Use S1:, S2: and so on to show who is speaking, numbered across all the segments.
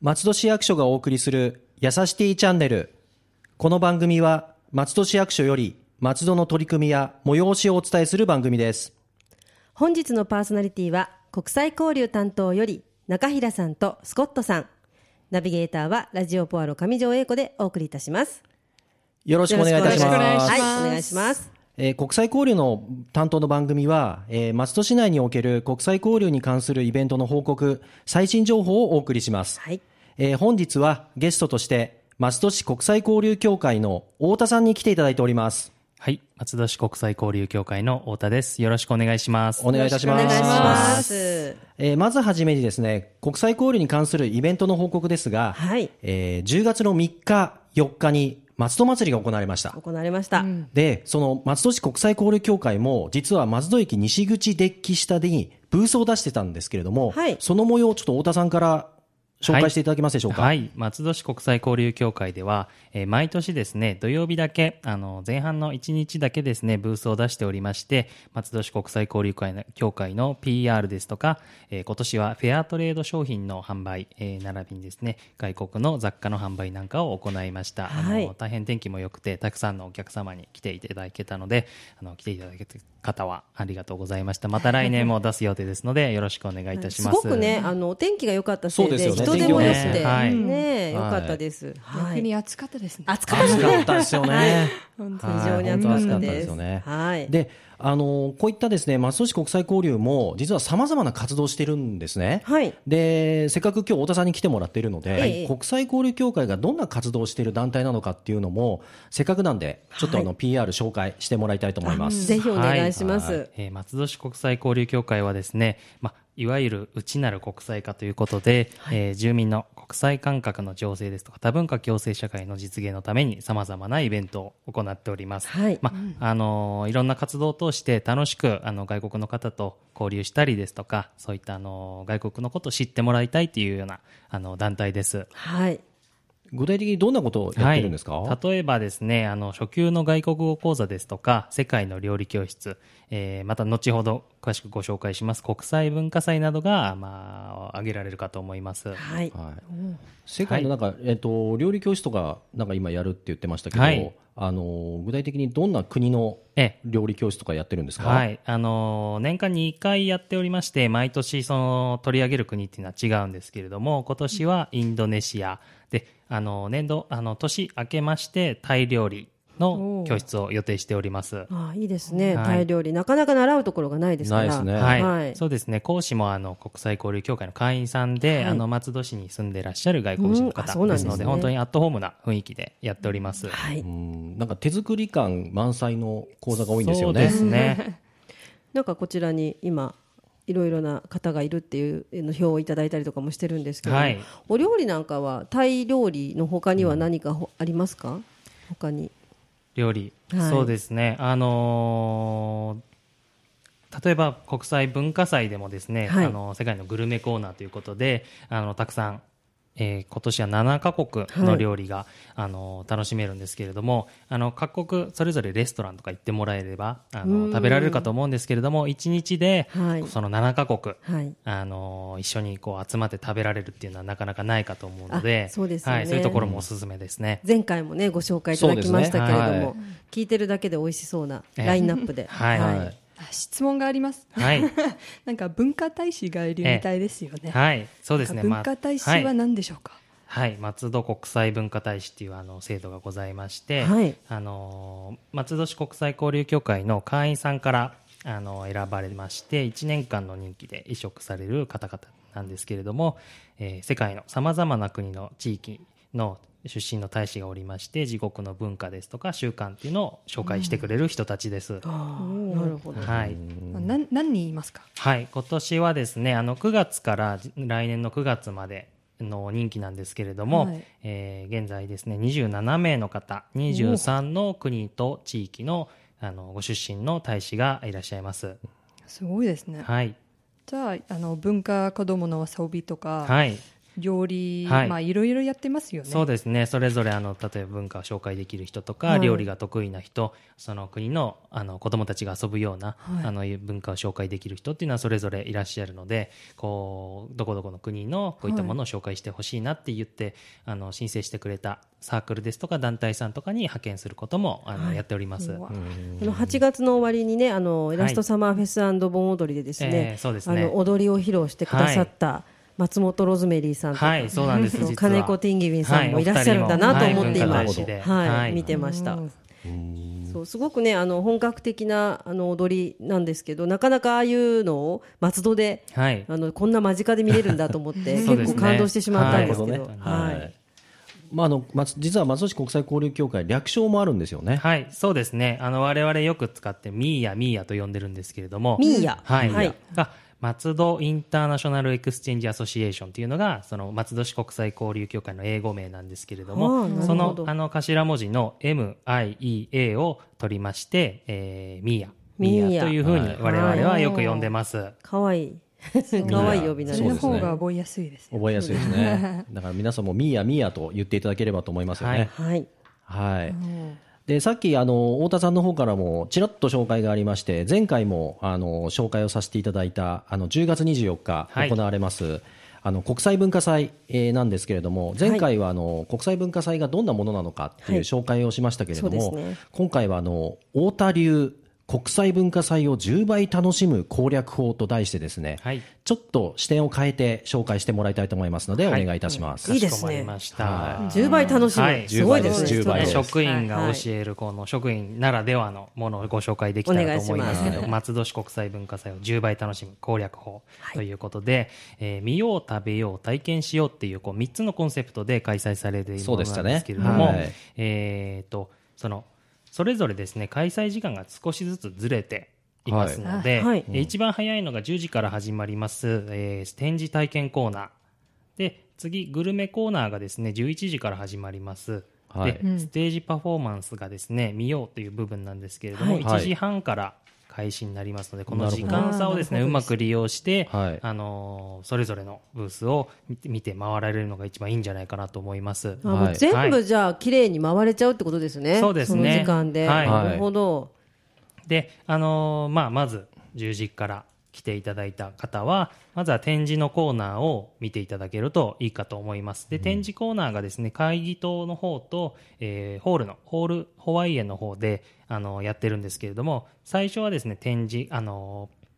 S1: 松戸市役所がお送りする「やさしティチャンネル」この番組は松戸市役所より松戸の取り組みや催しをお伝えする番組です
S2: 本日のパーソナリティは国際交流担当より中平さんとスコットさんナビゲーターはラジオポアロ上条英子でお送りいたします
S1: よろしくお願いいたし
S3: よろしくお願いし
S1: ま
S3: ますす
S2: はいお願いします
S1: えー国際交流の担当の番組は、えー松戸市内における国際交流に関するイベントの報告最新情報をお送りします、
S2: はい
S1: えー本日はゲストとして松戸市国際交流協会の太田さんに来ていただいております
S4: はい。松戸市国際交流協会の太田です。よろしくお願いします。
S1: お願いいたします
S2: お願いしま
S3: お
S2: す
S1: えーまずはじめにですね国際交流に関するイベントの報告ですが、
S2: はい
S1: えー10月の3日4日に松戸祭りが行われました
S2: 行われました、
S1: でその松戸市国際交流協会も実は松戸駅西口デッキ下にブースを出してたんですけれども、
S2: はい
S1: その模様をちょっと太田さんから紹介していただけますでしょうか、
S4: はい。松戸市国際交流協会では、えー毎年ですね、土曜日だけ、あの、前半の1日だけですね、ブースを出しておりまして、松戸市国際交流会の協会の PR ですとか、えー今年はフェアトレード商品の販売、えー並びにですね、外国の雑貨の販売なんかを行いました。
S2: はい
S4: あの大変天気も良くて、たくさんのお客様に来ていただけたので、あの、来ていただけた方はありがとうございました。また来年も出す予定ですので、よろしくお願いいたします
S2: ご。くねあのお天気が良かったせいで
S1: そうですよ
S2: 人
S1: ね
S2: 手も良くて
S4: 天気もね
S2: ね
S4: はい
S2: 良かったです、は
S3: 逆
S2: い
S3: に暑かったですね。
S2: 暑かった
S1: 暑かったですよね。
S2: 本当に非常に暑かっ
S1: はい本当に暑か
S2: たです
S1: ったよね
S2: はい
S1: で、あのこういったですね、松戸市国際交流も、実はさまざまな活動をしてるんですね。
S2: はい
S1: で、せっかく今日太田さんに来てもらっているので、
S2: はい
S1: 国際交流協会がどんな活動をしている団体なのかっていうのも、せっかくなんで、ちょっとあの、
S2: は
S1: PR 紹介してもらいたいと思います。
S2: ぜひお願いします、
S4: はいえー松戸市国際交流協会はですね、まあ、いわゆる内なる国際化ということで、えー住民の国際感覚の醸成ですとか多文化共生社会の実現のためにさまざまなイベントを行っております、
S2: はい
S4: まああのーいろんな活動を通して楽しくあの外国の方と交流したりですとかそういったあのー外国のことを知ってもらいたいというようなあの団体です。
S2: はい
S1: 具体的にどんなことをやってるんですか、
S4: はい、例えばですねあの初級の外国語講座ですとか世界の料理教室、えーまた後ほど詳しくご紹介します国際文化祭などが、まあ、挙げられるかと思います。
S2: はい
S1: はい世界のなんか、えっと、料理教室とか、なんか今やるって言ってましたけど、
S4: はい
S1: あの具体的にどんな国の
S4: ええ
S1: 料理教室とかやってるんですか、
S4: はい、あのー年間2回やっておりまして毎年その取り上げる国っていうのは違うんですけれども今年はインドネシアであのー年度あの年明けましてタイ料理の教室を予定しております。
S2: ああいいですね、
S4: はい
S2: タイ料理なかなか習うところがないですから
S1: ないですね
S4: はい、
S2: はい
S4: そうですね講師もあの国際交流協会の会員さんで、あの松戸市に住んでらっしゃる外国人の
S2: うんあそうな
S4: 方
S2: ん
S4: で
S2: です
S4: す
S2: ね
S4: ので,、本当にアットホームな雰囲気でやっております。
S2: はい
S1: うんなんか手作り感満載の講座が多いんですよ
S4: そう
S1: ね
S4: で。すね。
S2: なんかこちらに今いろいろな方がいるっていうの表をいただいたりとかもしてるんですけど、
S4: はい
S2: お料理なんかはタイ料理の他には何かほありますか他に
S4: 料理、
S2: はい
S4: そうですね。あのー例えば国際文化祭でもですね、
S2: はい
S4: あの世界のグルメコーナーということであのたくさん、えー今年は7カ国の料理が、あの楽しめるんですけれどもあの各国それぞれレストランとか行ってもらえればあの食べられるかと思うんですけれども1日で
S2: はい
S4: その7カ国、
S2: はい
S4: あの一緒にこう集まって食べられるっていうのはなかなかないかと思うので
S2: あそうですよね
S4: はい、そういうところもおすすめです ね。
S2: 前回もねご紹介いただきましたけれど
S1: そうですね
S2: も、
S1: はい
S2: 聞いてるだけで美味しそうな
S4: ええ
S2: ラインナップで、
S4: はい
S1: はい
S3: あ質問があります。
S4: はい、
S3: なんか文化大使がいるみたいですよね。
S4: はい、そうです
S3: なん
S4: ね。
S3: か文化大使
S4: まあ
S3: は何でしょうか。
S4: はい、松戸国際文化大使っていうあの制度がございまして、
S2: はい
S4: あのー松戸市国際交流協会の会員さんからあの選ばれまして1年間の任期で移植される方々なんですけれども、えー世界のさまざまな国の地域の出身の大使がおりまして自国の文化ですとか習慣っていうのを紹介してくれる人たちです。
S2: あーなるほど、
S4: はい、
S3: なん何人いますか。
S4: はい、今年はですね、あの9月からじ来年の9月までの任期なんですけれども、
S3: はい
S4: えー現在ですね、27名の方、23の国と地域のあのご出身の大使がいらっしゃいます。
S3: すごいですね。
S4: はい、
S3: じゃああの文化子どもの遊びとか、
S4: はい、
S3: 料理、
S4: はい
S3: まあいろいろやってますよね。
S4: そうですねそれぞれあの例えば文化を紹介できる人とか、
S3: はい
S4: 料理が得意な人その国のあの子どもたちが遊ぶような、
S3: はい
S4: あの文化を紹介できる人っていうのはそれぞれいらっしゃるのでこうどこどこの国のこういったものを紹介してほしいなって言って、あの申請してくれたサークルですとか団体さんとかに派遣することもあの、
S3: はい
S4: やっております。
S3: うわ
S2: あの8月の終わりにねあのイラストサマーフェス盆踊りでです
S4: えー
S2: ね,、
S4: そうですね
S2: あの踊りを披露してくださった松本ロズメリーさんとか、
S4: はい、そうなんです。
S2: あの
S4: 実は
S2: 金子ティンギウィンさんもいらっしゃるんだなと思って今、
S1: は
S2: は
S1: 文化
S2: いい
S1: 大使
S4: で
S2: 見てました。そうすごくねあの本格的なあの踊りなんですけどなかなかああいうのを松戸で
S4: はい、
S2: あのこんな間近で見れるんだと思って
S4: そ
S2: 結
S4: うです
S2: 構
S4: ね
S2: 感動してしまったんですけ
S4: なる
S2: ど、
S4: ほどね
S1: は
S2: はい
S1: い。まあ、あの、松実は松戸市国際交流協会、略称もあるんですよね。
S4: はい、そうですね。あの我々よく使ってミーヤミーヤと呼んでるんですけれども、
S2: ミーヤ
S4: はい、
S2: はい
S4: が松戸インターナショナルエクスチェンジアソシエーションというのがその松戸市国際交流協会の英語名なんですけれど
S2: ああなるほ
S4: も、
S2: ど
S4: そのあの頭文字の M I E A を取りまして、えー、ミーヤミ
S2: ミーヤ
S4: ーヤというふうに我々はよく呼んでます。
S2: 可愛い 可愛い呼び名
S3: そ
S2: で
S1: うで
S3: れの
S1: すね
S3: 方が覚えやすいですね。
S1: 覚えやすいですね。だから皆さんもミーヤミーヤと言っていただければと思いますよね。
S2: はい
S1: はい。で、さっき、あの、太田さんの方からも、ちらっと紹介がありまして、前回も、あの、紹介をさせていただいた、あの、10月24日、
S4: はい
S1: 行われます、あの、国際文化祭、えーなんですけれども、前回は、あの、国際文化祭がどんなものなのかっていう
S2: はい
S1: 紹介をしましたけれど
S2: そ
S1: も、
S2: うですね
S1: 今回は、あの、太田流国際文化祭を10倍楽しむ攻略法と題してですね、
S4: はい
S1: ちょっと視点を変えて紹介してもらいたいと思いますので、お願いいたします。
S2: いい
S4: か
S2: で
S4: し
S2: すね
S4: こまりました。
S2: 10倍楽しむ、
S4: はい
S2: すごいですね
S1: 10倍
S4: ね
S1: です
S2: それ
S4: 職員
S2: は
S4: が
S2: いはい
S4: 教えるこの職員ならではのものをご紹介できたらと思いますけ
S2: お願いし
S4: ど
S2: ます
S4: 松戸市国際文化祭を10倍楽しむ攻略法ということで、えー見よう食べよう体験しようっていうこう3つのコンセプトで開催されているものなんですけれども、
S1: そうでしたねはい
S4: えーとそのそれぞれですね開催時間が少しずつずれていますの
S2: は
S4: で、
S2: いはい
S4: えー一番早いのが10時から始まります、えー展示体験コーナーで次グルメコーナーがですね11時から始まります、
S1: はい
S4: で
S3: うん
S4: ステージパフォーマンスがですね見ようという部分なんですけれども、
S2: はい
S4: 1時半から開始になりますのでこの
S1: なるほ
S4: 時
S1: ど
S4: 間差をですね
S3: あー
S4: う
S3: なるほど
S4: まく利用して、
S1: はい
S4: あのーそれぞれのブースを見て見て回られるのが一番いいんじゃないかなと思います。
S2: あもう
S1: はい
S2: 全部じゃあ綺麗に回れちゃうってことですね。
S4: そうです
S2: そ
S4: ね
S2: の時間で。
S4: はい
S2: なるほど。
S4: で、あのーまあ、まず10時から来ていただいた方はまずは展示のコーナーを見ていただけるといいかと思いますで展示コーナーがですね会議棟の方と、えーホールのホールホワイエの方で、あのーやってるんですけれども最初はですね展示、あのー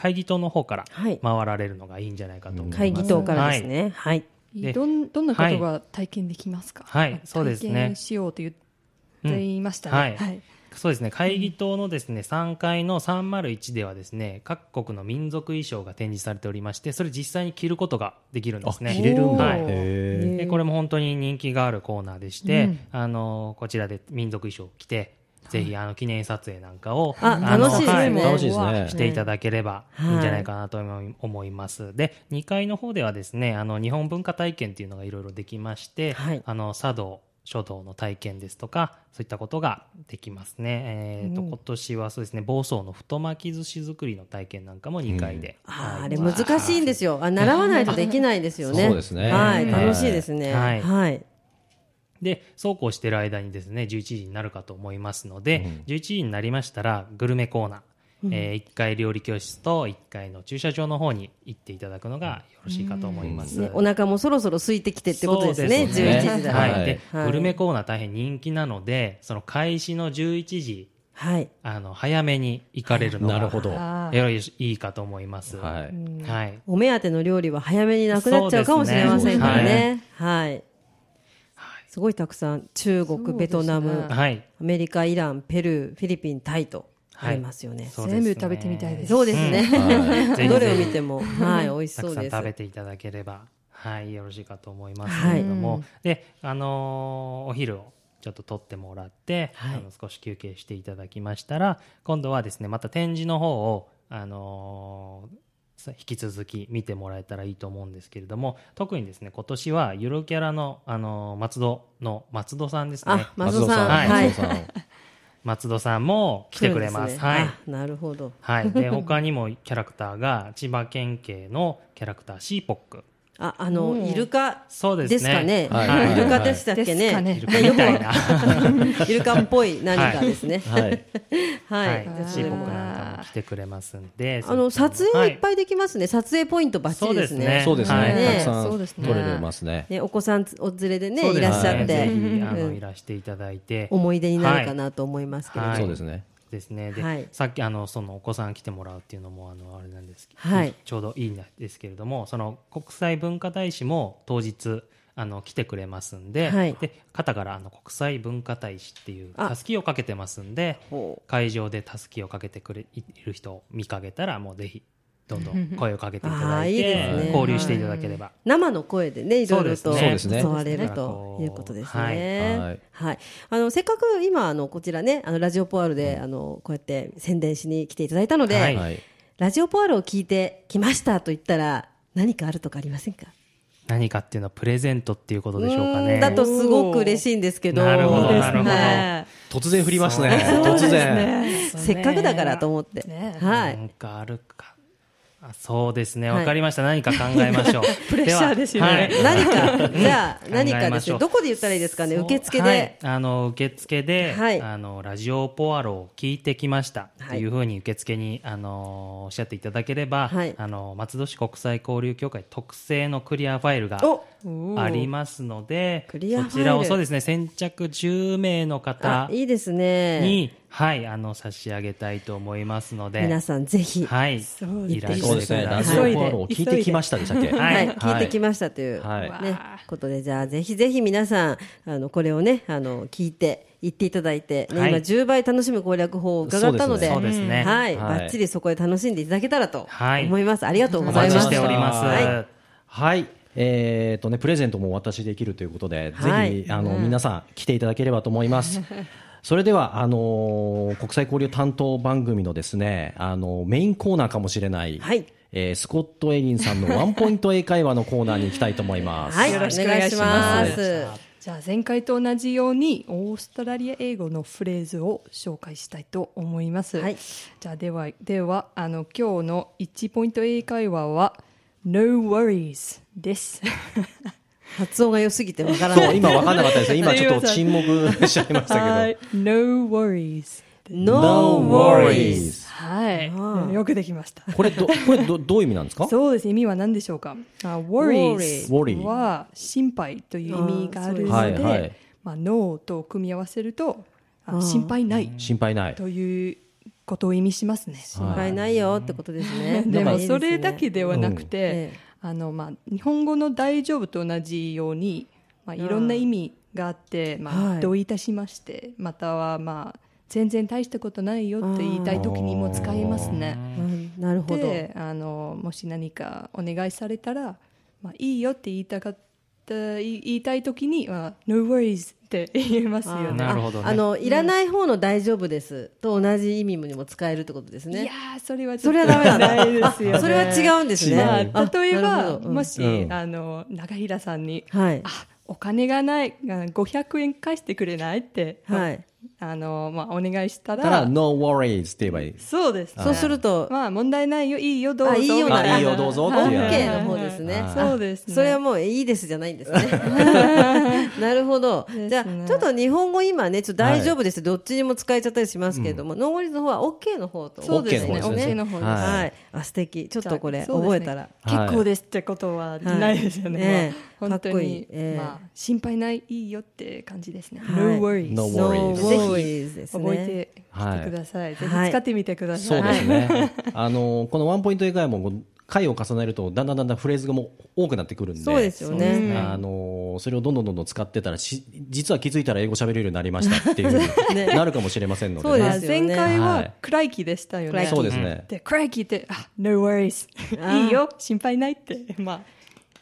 S4: 会議棟の方から
S2: はい
S4: 回られるのがいいんじゃないかと思います、
S2: 会議棟からですね。はい。
S4: で
S3: どんどんなことが体験できますか。
S4: はい
S3: あ
S4: そうですね
S3: 体験しようと言っていましたね。
S4: うんはい
S3: はい。
S4: そうですね会議棟のですね3階の301ではですね各国の民族衣装が展示されておりましてそれ実際に着ることができるんですね。
S1: あ着れるんだ。
S4: はい
S1: へー
S4: でこれも本当に人気があるコーナーでして、
S3: うん
S4: あのこちらで民族衣装を着てぜひあの記念撮影なんかを
S2: あ
S4: の
S2: 楽しいですね
S4: はい
S1: 楽しいです
S3: は
S1: ね
S4: し。ていただければいいんじゃないかなと思い思います。で2階の方ではですねあの日本文化体験っていうのがいろいろできまして、
S2: はい
S4: あの茶道書道の体験ですとかそういったことができますね。えーと今年はそうですね房総の太巻き寿司作りの体験なんかも2階で、
S2: あ
S4: は
S2: ー
S4: い
S2: あれ難しいんですよ。あ習わないとできないんですよ ね。
S1: そうですね
S2: はい。
S1: うん
S2: 楽しいですね。
S4: はい
S2: はい。
S4: でそうこうしてる間にですね11時になるかと思いますので、11時になりましたらグルメコーナー、え1階料理教室と1階の駐車場の方に行っていただくのがよろしいかと思います。
S2: ねお腹もそろそろ空いてきてってことですね。
S4: そうです
S2: 11時だ
S4: はい
S1: はい
S4: で
S2: はい
S4: グルメコーナー大変人気なのでその開始の11時
S2: はい。
S4: あの早めに行かれるのが
S1: なるほど。は
S3: あー
S4: よろしいいかと思います。
S1: い。
S4: はい
S2: お目当ての料理は早めになくなっちゃうかもしれませんからね。はい。すごいたくさん中国、
S3: そうですね
S2: ベトナム、ア
S4: はい
S2: メリカ、イラン、ペルー、フィリピン、タイとありますよね。
S4: そうですね
S3: 全部食べてみたいです
S2: そうですね。
S4: はい ぜひ
S2: どれを見ても、はい、美味したそ
S4: く
S2: う
S4: さん
S2: です。
S4: 食べていただければ、はい、よろしいかと思いますけれども、で、あのーお昼をちょっと取ってもらって、
S2: はい
S4: あの少し休憩していただきましたら今度はですねまた展示の方を、あのーさ引き続き見てもらえたらいいと思うんですけれども特にですね今年はゆるキャラの、あのー松戸の松戸さんですね
S2: あ、松尾さん、は
S1: 松
S2: い
S1: 尾、さん。
S4: 松戸さんも来てくれま
S2: 来るん
S4: す。
S2: でね
S4: はい
S2: あなるほど。
S4: はい、で他にもキャラクターが千葉県警のキャラクターシーポック
S2: ああの、
S3: うん
S2: イルカ
S4: そうです
S2: で
S4: ね
S2: すかね、
S1: はい
S2: イルカでしたっけ
S3: ですか
S2: ね、
S3: ね
S4: イルカみたいな。
S2: イルカっぽい何かですね。
S1: はい
S2: はい、
S4: はい
S2: じゃあ。
S4: シ
S2: そ
S4: ー
S2: れ
S4: ポッ
S2: も
S4: クなんかも来てくれますんで。
S2: あの撮影もいっ
S4: い。
S2: ぱいできますね、撮影ポイントばっちりですね
S1: そうですね、
S4: はい
S1: たくさん
S3: そうですね
S1: 取れれますね。
S2: ねお子さんお連れでね
S4: そう
S2: い
S4: です
S2: らっしゃって、
S4: ぜひあ
S2: う
S4: の
S2: ん
S4: いらしていただいて。
S2: 思い出になるか
S4: はい。
S2: なと思いますけれど、
S4: は
S2: はいい
S1: そうですね。
S4: ですね。で、
S2: はい
S4: さっきあのそのお子さん来てもらうっていうのもあのあれなんですけど、
S2: はい
S4: ちょうどいいんですけれども、その国際文化大使も当日。あの来てくれますんで、
S2: はい
S4: で肩からあの国際文化大使っていう
S2: あ
S4: たすきをかけてますんで
S2: ほ
S4: 会場でたすきをかけてくれいる人を見かけたらもうぜひどん どん声をかけていただい
S2: あーいい
S4: て
S2: ですね
S4: 交流していただければ、
S2: 生の声でねいろいろと
S4: そう
S1: ですね
S2: 誘われる
S4: そうですね
S2: ということです
S1: はいは
S2: ね
S1: い。
S2: はい、あのせっかく今あのこちらねあのラジオポアールであのこうやって宣伝しに来ていただいたので、
S4: は
S1: はい。
S2: ラジオポアールを聞いてきましたと言ったら何かあるとかありませんか？
S4: 何かっていうのはプレゼントっていうことでしょうかね
S2: んだとすごく嬉しいんですけど、
S4: なるほ
S3: どなるほど
S2: はい
S1: 突然降りますね。
S3: そう
S1: 突
S3: です
S1: 然。
S3: ね
S2: せっかくだからと思って、
S3: ね
S2: は。
S4: ないんかあるかあそうですね
S2: はい
S4: わかりました、何か考えまし ょう
S3: プレッシャーですよね
S4: はい
S2: 何か、じゃあ、
S4: 考えま
S2: 何
S4: しょう
S2: かですね、どこで言ったらいいですかね、
S4: そう
S2: 受付
S4: は
S2: で
S4: い。あの受付で、
S2: はい
S4: あのラジオポアロを聞いてきましたというふうに受付にあのおっしゃっていただければ、
S2: はい
S4: あの松戸市国際交流協会特製のクリアファイルが
S2: お
S4: ありますので
S2: クリアファイル
S4: そちらをそうですね先着10名の
S2: あ
S4: 方、
S2: いいですね。
S4: に、はい、あの差し上げたいと思いますので
S2: 皆さんぜひ、は
S4: はい、
S3: そう
S4: いら
S1: そうで
S4: して
S1: す
S4: く
S1: ね。
S4: だ
S1: ラジオ
S4: さい。
S1: ポアロを聞いてきましたでしたっけ。
S4: はい
S2: い、聞いてきましたという、
S1: はい
S2: ね
S3: わ、
S2: ことで、じゃあ、ぜひぜひ皆さん、あの、これをね、あの、聞いて、言っていただいて、ね
S4: はい
S2: 今10倍楽しむ攻略法を伺ったので、
S4: そうですね
S2: はい、
S1: は
S2: ば
S1: い
S2: っちりそこで楽しんでいただけたらと
S4: はい
S2: 思います。ありがとうご
S4: お
S2: ざい
S4: 待
S2: ま
S4: ち
S2: す。
S4: しております。
S1: はいはい。えーとね、プレゼントもお渡しできるということで、
S2: はい
S1: ぜひあの、皆さん来ていただければと思います。それではあのー国際交流担当番組のですね、あのメインコーナーかもしれない、
S2: はい
S1: えースコット・エリンさんのワンポイント英会話のコーナーに行きたいと思います。
S2: はい、お
S3: よ
S2: 願
S3: ろ
S2: い
S3: しくお願い
S2: し
S3: し
S2: ま。
S3: ますじゃあ前回と同じようにオーストラリア英語のフレーズを紹介したいと思います。
S2: はい
S3: じゃあではではあの今日の1ポイント英会話は No worries です。
S2: 発音が良すぎてわからな
S1: そう
S2: い。
S1: 今わかんなかったですね。今ちょっと沈黙しちゃいましたけど。
S3: はい No worries。
S2: No worries。
S3: はい、よくできました。
S1: これどこれどどういう意味なんですか？
S3: そうですね意味は何でしょうかあ worries
S1: Worry
S3: は心配という意味がある
S1: あーそう
S3: の
S1: です
S3: で、
S1: はいはい
S3: まあ、no と組み合わせるとあ心配ない
S1: 心配ない。
S3: ということを意味しますね。
S2: 心配ないよってことですね。
S3: で
S2: いい
S3: も
S2: すね
S3: それだけではなく
S2: うん
S3: て
S2: ええ、
S3: あのまあ日本語の大丈夫と同じように、まあいろんな意味があって、ま
S2: は
S3: あ
S2: い
S3: どういたしまして、またはまあ全然大したことないよって言いたい時にも使えますね。
S2: うんなるほど。
S3: で、あのもし何かお願いされたら、まあいいよって言いたかった言い言いたい時には No worries って言えますよね。
S4: なるほどね
S2: ああのいらない方の大丈夫ですと同じ意味にも使えるってことです
S3: いや
S2: ね。
S3: ーそれは
S2: それはダメなんだ
S3: ないですよね
S2: あそれは違うんですね。
S3: まあ、
S2: あ
S3: 例え
S2: なる
S3: ば、
S2: ほどうん
S3: もし、
S1: うん
S3: あの中平さんに、
S2: はい
S3: あお金がないあ500円返してくれないって、
S2: はい。
S3: あのまあ、お願いした
S1: たら
S3: ら
S1: No worries って言えばいいです。
S3: そうですね
S2: そうすると、
S3: まあ問題ないよいいよどうぞ
S2: あいいよ
S3: みたな
S2: あいいよ
S1: どうぞ
S3: はい
S1: っていう
S3: はい
S2: OK の方ですね
S3: はいそうですね
S2: それはもういいですじゃないんですね。 なるほど。
S3: ね
S2: じゃあ、ちょっと日本語今ね、ちょっと大丈夫です。どっちにも使えちゃったりしますけれども、ノーゴリーズの方は OK の方と。
S3: そうですね
S1: OK の方ですね
S3: OK の方です
S1: はい
S2: はい。あ、素敵。ちょっ
S3: じゃあ
S2: とこれ、
S3: そうです
S2: 覚
S3: ね
S2: えたら。
S1: はい
S3: 結構ですってことはないですよね、
S2: はいねえ
S3: まあ本当
S2: かっこいい
S3: に
S2: ええ
S3: まあ、心配ないいいよって感じですね、
S2: はい
S3: No worries
S1: No worries
S2: ノーゴリーズです
S3: 覚え
S2: ね。
S3: てきてください、ぜひ使ってみてくださ
S1: そ
S3: い、
S1: うですね。あのこのワンポイント英会話も回を重ねるとだんだんだんだんフレーズがもう多くなってくるんで。
S2: そうですよね。
S1: あのそれをどんどんどんどん使ってたらし実は気づいたら英語喋れるようになりましたっていうふうになるかもしれませんので、ね、
S2: そう
S3: ま
S2: で
S3: あ
S2: すよね
S3: 前回
S1: はい
S3: は暗い気でしたよね、
S1: そうですね、
S3: で、クライキーって、あ、no worries。
S2: ー
S3: いいよ、心配ないって、 まあ、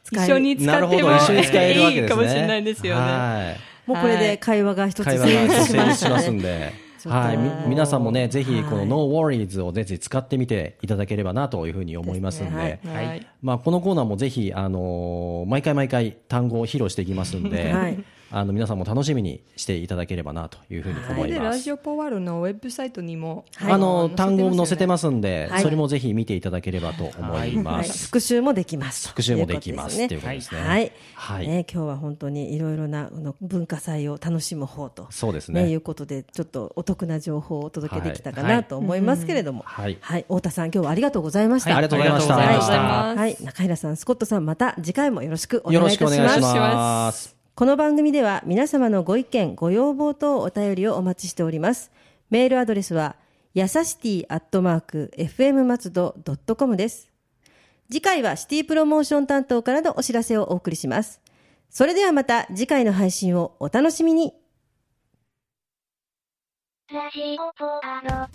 S2: 使え
S3: 一
S2: る
S3: 緒に使
S1: なる
S3: っ
S1: ほ
S3: て
S1: ど
S3: も
S1: 一緒に使えるわけですね
S3: いいかもしれないですよね。
S1: はい
S2: もうこれで会話が一つ
S1: 会
S2: 成
S1: 話
S2: 立
S1: が
S2: し
S1: 成
S2: ま
S1: 立し
S2: し
S1: たま
S2: ね
S1: すんで、
S2: ちょっと
S1: はい、み皆さんもね、ぜひこ
S2: は
S1: の
S2: い
S1: No Worries をぜひ使ってみていただければなというふうに思いますんで、
S2: です
S3: はい
S4: はい
S1: まあこのコーナーもぜひあのー毎回毎回単語を披露していきますんで、
S2: はい
S1: あの皆さんも楽しみにしていただければなというふうに
S3: こ
S1: 思
S3: れ
S1: い
S3: で
S1: ま
S3: ラ
S1: す
S3: ジ。オポワロのウェブサイトにも、
S1: あの単語も載せてますすんで、
S2: はい
S1: それもぜひ見ていただければと思いま
S2: はい、
S1: す。
S2: 復習もできます。
S1: 復習もできますっていうことですね。
S2: はい、
S1: はい
S2: ね、今日は本当にいろいろなあの文化祭を楽しむ方と。
S1: そうです
S2: ね、い
S1: ね。
S2: うことで、ちょっとお得な情報をお届けできたか
S1: はいは
S2: ないと思いますけれども。
S1: はい
S2: はい、太田さん、今日はありがとうございました。
S1: ありがとうございました。
S4: ありがとうございました
S1: は
S2: はい、中平さん、スコットさん、また次回もよろしくお
S1: いよ
S2: 願
S1: ろ
S2: いい
S1: しくお
S2: たし
S1: 願い
S2: ま
S1: し
S2: す。
S1: ます。
S2: この番組では皆様のご意見、ご要望等お便りをお待ちしております。メールアドレスは、やさしティアットマーク、fm 松戸 .com です。次回はシティプロモーション担当からのお知らせをお送りします。それではまた次回の配信をお楽しみに。
S5: ラジオポアロ。